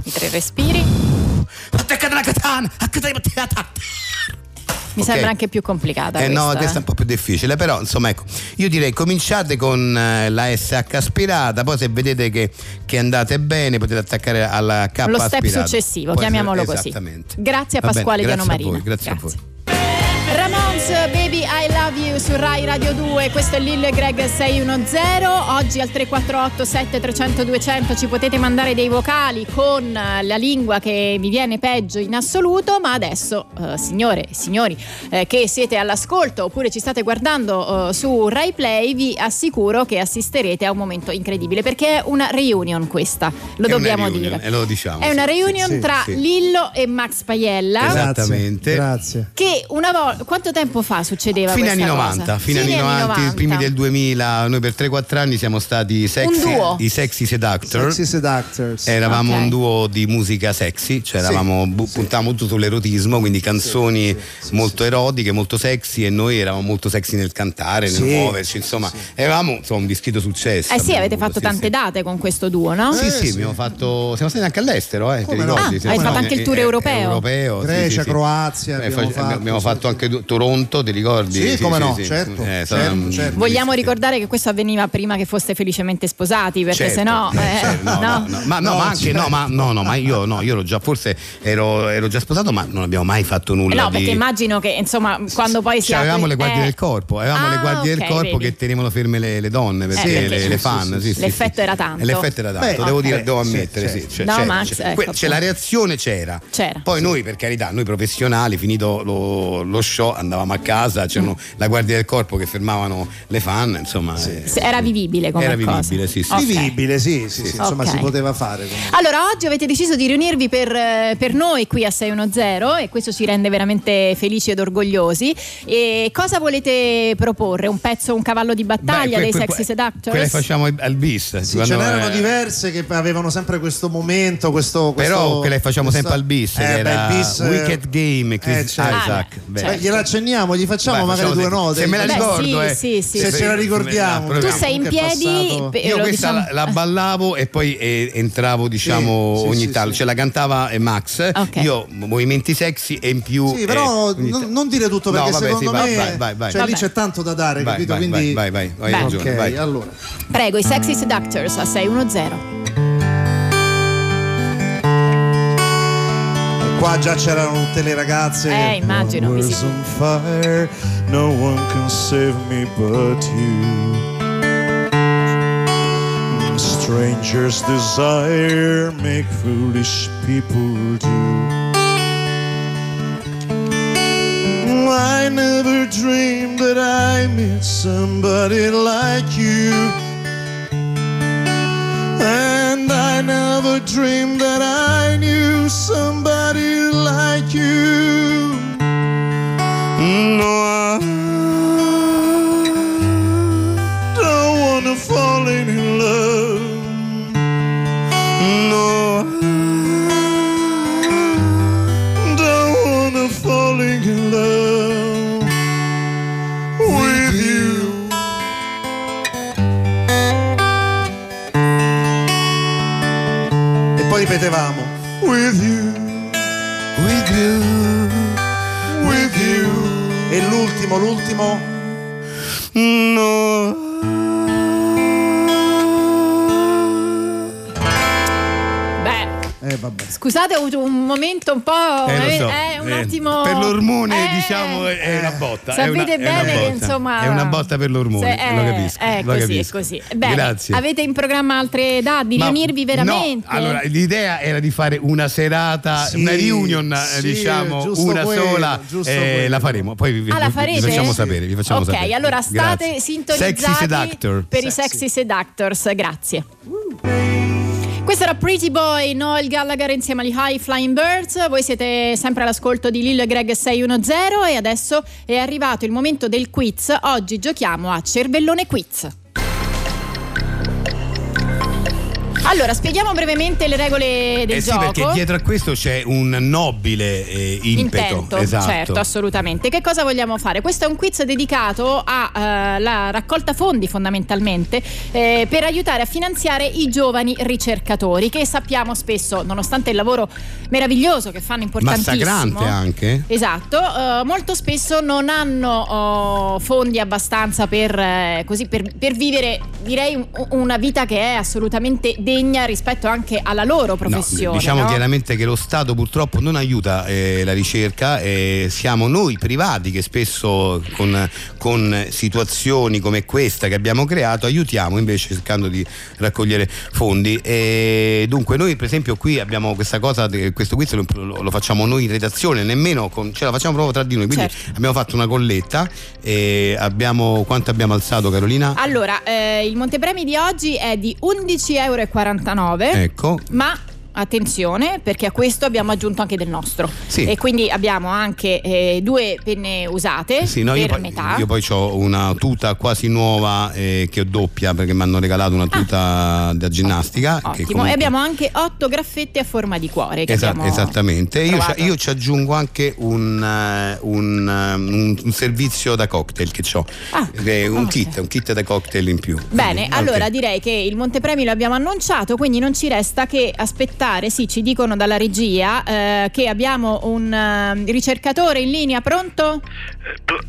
I tre respiri. Attaccata la katana! Mi sembra anche più complicata. Eh, no, questa, questa è un po' più difficile, però insomma ecco, io direi cominciate con eh, la SH aspirata, poi se vedete che, che andate bene potete attaccare alla K Lo step aspirata. successivo, Poi- chiamiamolo così. esattamente. Grazie a Va bene, Pasquale grazie a Gianomarino. voi, grazie, a voi. Ramones, baby I love you su Rai Radio 2, questo è Lil Greg 610, oggi al 348 7300 200 ci potete mandare dei vocali con eh, la lingua che vi viene peggio in assoluto, ma adesso eh, signore e signori eh, che siete all'ascolto oppure ci state guardando eh, su Rai Play vi assicuro che assisterete a un momento incredibile perché è una reunion questa, lo È una dobbiamo reunion, dire. E lo diciamo. È sì, una sì, reunion sì, tra sì. Lillo e Max Paiella Esattamente. Grazie. che una volta quanto tempo fa succedeva Fino anni questa cosa? 90, fino anni Fine 90, primi del 2000, noi per 3-4 anni siamo stati sexy, duo. i Sexy Seductor. Sexy Seductors. Eravamo Ok. un duo di musica sexy, cioè Sì, eravamo, bu- puntavamo molto sull'erotismo, quindi canzoni molto erotiche, molto sexy e noi eravamo molto sexy nel cantare, Sì, nel muoverci, insomma, eravamo insomma, un discreto successo. Eh sì, avete Abbiamo fatto avuto, tante sì, date con questo duo, no? Sì, Eh, sì, abbiamo fatto. Siamo stati anche all'estero, eh, ti no? ricordi? Ah, Siamo hai fatto stati- anche il tour eh, europeo? europeo, sì, Grecia, sì, sì. Croazia, Eh, abbiamo fa- abbiamo fatto, fatto anche tu- Toronto, ti ricordi? Sì, come no, certo, certo, Eh, sa- certo. Vogliamo ricordare che questo avveniva prima che foste felicemente sposati, perché Certo. sennò eh, No, no, no. no, ma no, No, ma anche certo. no, ma no, no, ma io no, io ero già forse ero, ero già sposato, ma non abbiamo mai fatto Eh, nulla no, di perché immagino che insomma quando poi si cioè, avevamo apre- le guardie eh, del corpo, avevamo Ah, le guardie ok, del corpo vedi. Eh, che tenevano ferme le, le donne perché, perché- le, le fan. sì, sì, l'effetto sì. era tanto. E L'effetto era tanto, Beh, devo ok. dire, devo Sì, ammettere, sì. sì, cioè, No, c'era, Max, c'era. ecco, Que- cioè, la reazione c'era. C'era. Poi noi, per carità, noi professionali, finito lo, lo show, andavamo a casa, c'erano Mm. la guardia del corpo che fermavano le fan, insomma. eh, Se- Era vivibile come Era cosa. vivibile, sì, sì. Ok. Vivibile, sì, sì, sì, insomma Ok. si poteva fare. comunque. Allora, oggi avete deciso di riunirvi per, eh, per noi qui a 610 e questo ci rende veramente felici ed orgogliosi. E cosa volete proporre? Un pezzo, un cavallo di battaglia Beh, que- dei que- Sexy que- Quelle Seductors? facciamo al- al bis. Sì, quando- ce n'erano eh, diverse che avevano sempre questo momento, questo... questo Però quelle facciamo questo- sempre al bis. Eh, che beh, era il bis, eh, Wicked Game, Chris eh, certo. Ah, Isaac. Beh. Beh, gliela accenniamo, gli facciamo Vai, magari facciamo due se- note. Se me la Beh, ricordo, sì, eh. sì, sì. Se ce la ricordiamo. no, tu proviamo. sei in Comunque è piedi, passato- pe- Io lo questa diciamo- la, la ballavo e poi eh, entravo, diciamo, sì, ogni sì, tanto. sì. Cioè la cantava eh, Max, Ok. io movimenti sexy e in più. Sì, però eh, ogni non- tanto. non dire tutto perché No, vabbè, secondo sì, vai, me vai, vai, vai. Cioè, lì Vabbè. c'è tanto da dare, Vai, capito? vai, Quindi vai, vai, vai, hai Beh. ragione, Ok, vai. allora. Prego, i Sexy Seductors a 610. E qua già c'erano tutte le ragazze. Eh, immagino, vi si- on fire. No one can save me but you. Strangers' desire make foolish people do. I never dreamed that I meet somebody like you. And I never dreamed that I knew somebody like you. No, I don't want to fall in love. No, I don't want to fall in love with you. E poi ripetevamo. With you, With you. with you. E l'ultimo, l'ultimo. No. Beh, Eh vabbè. scusate, ho avuto un momento un po'. Eh, lo so. eh, un Eh, attimo. Per l'ormone, Eh, diciamo, è- è una botta. è una- Sapete è una bene che botta. insomma. È una botta per l'ormone, Se- lo eh, capisco. È lo così, capisco. è così. Bene, Grazie. Avete in programma altre date? Di Ma- riunirvi veramente? No, allora l'idea era di fare una serata, Sì, una reunion, eh, sì, diciamo, giusto una quello, sola. giusto eh, quello. la faremo, poi vi, Ah, la vi- vi farete? facciamo sapere. Vi facciamo ok, sapere. allora state Grazie. sintonizzati Sexy Seductor. per i Sexy Seductors, grazie. Questo era Pretty Boy, Noel Gallagher insieme agli High Flying Birds. Voi siete sempre all'ascolto di Lillo e Greg 610 e adesso è arrivato il momento del quiz. Oggi giochiamo a Cervellone Quiz. Allora, spieghiamo brevemente le regole del Eh sì, gioco. perché dietro a questo c'è un nobile eh, impeto. Intento, esatto. certo, assolutamente. Che cosa vogliamo fare? Questo è un quiz dedicato alla raccolta fondi fondamentalmente eh, per aiutare a finanziare i giovani ricercatori che sappiamo spesso, nonostante il lavoro meraviglioso che fanno importantissimo Massacrante anche. Esatto, eh, molto spesso non hanno oh, fondi abbastanza per, eh, così, per- per vivere direi un- una vita che è assolutamente degna rispetto anche alla loro professione. Diciamo no? chiaramente che lo Stato purtroppo non aiuta eh, la ricerca, eh, siamo noi privati che spesso con, con situazioni come questa che abbiamo creato aiutiamo invece cercando di raccogliere fondi. E dunque noi per esempio qui abbiamo questa cosa, de- questo quiz lo, lo- lo facciamo noi in redazione, nemmeno con, ce la facciamo proprio tra di noi, quindi Certo. abbiamo fatto una colletta, e abbiamo, quanto abbiamo alzato Carolina? Allora, eh, il montepremi di oggi è di 11,49 euro. Ecco. Ma attenzione, perché a questo abbiamo aggiunto anche del nostro. Sì. E quindi abbiamo anche eh, due penne usate Sì, no, Eh, per io, poi, metà. io poi ho una tuta quasi nuova eh, che ho doppia perché mi hanno regalato una tuta da ginnastica. che Ah. Ottimo. comunque- E abbiamo anche otto graffette a forma di cuore. Che Esa- abbiamo- esattamente. Io, trovato. c'ha- io ci aggiungo anche un, eh, un, eh, un- un servizio da cocktail che ho. un ok. kit, un kit da cocktail in più. Ah, Bene, Quindi, allora ok. direi che il Montepremi lo abbiamo annunciato, quindi non ci resta che aspettare, sì, ci dicono dalla regia eh, che abbiamo un eh, ricercatore in linea pronto?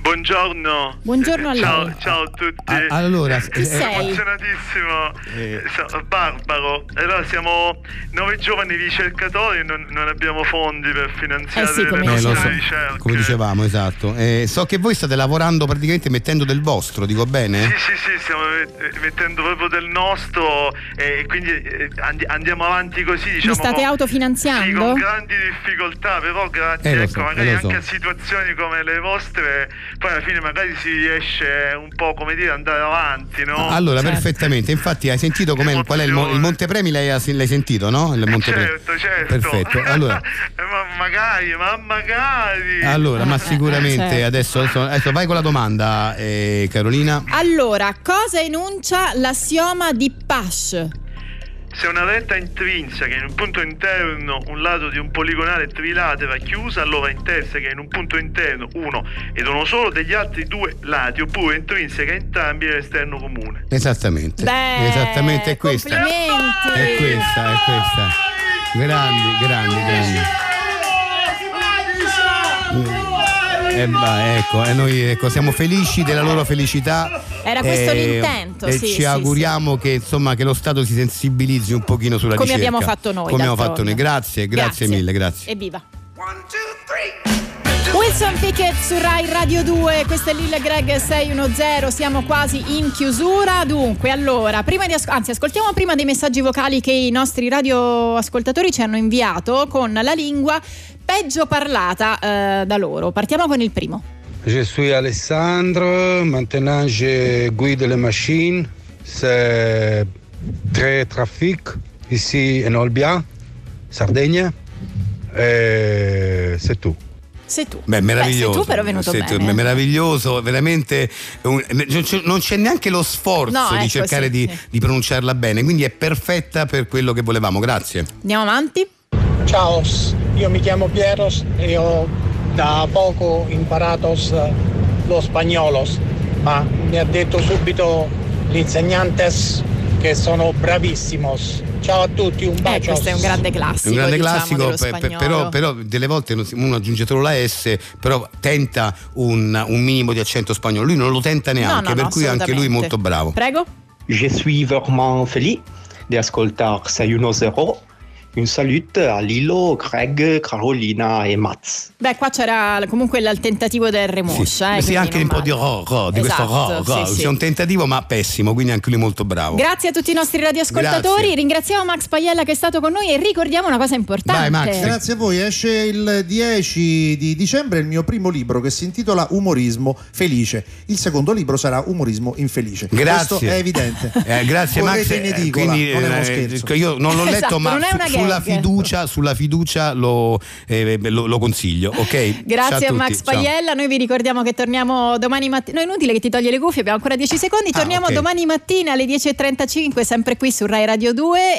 Buongiorno. Buongiorno a ciao, lei. Ciao a tutti. A- Eh. allora, sono Chi eh, sei? emozionatissimo. Sono Barbaro. E Allora siamo nove giovani ricercatori e non, non abbiamo fondi per finanziare le Eh, nostre lo so, ricerche. come dicevamo, esatto. Eh, so che voi state lavorando praticamente mettendo del vostro, dico bene? Sì, sì, sì, stiamo met- mettendo proprio del nostro e quindi eh, andi- andiamo avanti così, Mi diciamo. state autofinanziando? con grandi difficoltà, però grazie, Eh, lo ecco, so, magari eh, lo anche so. a situazioni come le vostre, poi alla fine magari si riesce un po', come dire, ad andare avanti, no? Allora, perfettamente. Infatti, hai sentito com'è, qual è il, mo- il Montepremi? L'hai, l'hai sentito, no? Il Montepremi. Certo, certo. Eh, Perfetto. Allora, ma magari, ma magari. allora, ma sicuramente certo. adesso, adesso- adesso vai con la domanda, eh, Carolina. Allora, cosa enuncia l'assioma di Pasch? Se una retta intrinseca in un punto interno un lato di un poligonale trilatera chiusa, allora interseca in un punto interno uno ed uno solo degli altri due lati, oppure intrinseca entrambi l'esterno comune. Esattamente. Esattamente è questa. È questa, è questa. Grandi, grandi, grandi. Eh, ma ecco, eh, noi ecco, siamo felici della loro felicità. Era questo eh, l'intento, E sì, ci sì, auguriamo Che, insomma, che lo Stato si sensibilizzi un pochino sulla Come ricerca. abbiamo fatto noi, Come abbiamo d'altronde. fatto noi. Grazie, grazie, Grazie. mille, grazie. Evviva! Wilson Pickett su Rai Radio 2, questo è Lil Greg 610, siamo quasi in chiusura. Dunque, allora, prima di as- anzi, ascoltiamo prima dei messaggi vocali che i nostri radioascoltatori ci hanno inviato con la lingua peggio parlata eh, da loro. Partiamo con il primo. Je suis Alessandre, maintenant je guide les machines. C'est très trafic ici en Olbia, Sardegna. Et c'est tout. Sei tu. Beh, meraviglioso. sei tu, però è venuto Sei tu, bene. meraviglioso, veramente. un- non c'è- non c'è neanche lo sforzo No, di ecco, cercare sì, di, sì. di pronunciarla bene, quindi è perfetta per quello che volevamo. Grazie. Andiamo avanti. Eh, Ciao, io mi chiamo Pieros e ho da poco imparato lo spagnolo, ma mi ha detto subito l'insegnante che sono bravissimos. Ciao a tutti, un bacio. questo è un grande classico. È un grande diciamo, classico, dello per- per- spagnolo. però, però delle volte non si- uno aggiunge solo la S, però tenta un, un minimo di accento spagnolo. Lui non lo tenta neanche, no, per no, cui anche lui è molto bravo. Prego. Je suis vraiment felice d'ascoltare 610. Un saluto a Lilo, Greg, Carolina e Mats. Beh, qua c'era comunque il tentativo del remoscia. eh, sì, quindi anche non un po' di male. ro, ro, di questo ro, Esatto, ro. sì, sì. C'è un tentativo ma pessimo, quindi anche lui molto bravo. Grazie a tutti i nostri radioascoltatori, Grazie. ringraziamo Max Paiella che è stato con noi e ricordiamo una cosa importante. eh. Grazie a voi. Esce il 10 di dicembre il mio primo libro che si intitola Umorismo felice. Il secondo libro sarà Umorismo infelice. Grazie. Questo è evidente. Eh, grazie Correte Max. in Eh, edicola, quindi, non è uno eh, scherzo. io non l'ho letto, Esatto, ma non è una su- sulla gag. fiducia, sulla fiducia lo, eh, lo- lo consiglio. ok? Ciao Grazie a, tutti, Max ciao. Paiella, noi vi ricordiamo che torniamo domani mattina. No, inutile che ti toglie le cuffie, abbiamo ancora 10 secondi. Torniamo Ah, ok. domani mattina alle 10.35, sempre qui su Rai Radio 2.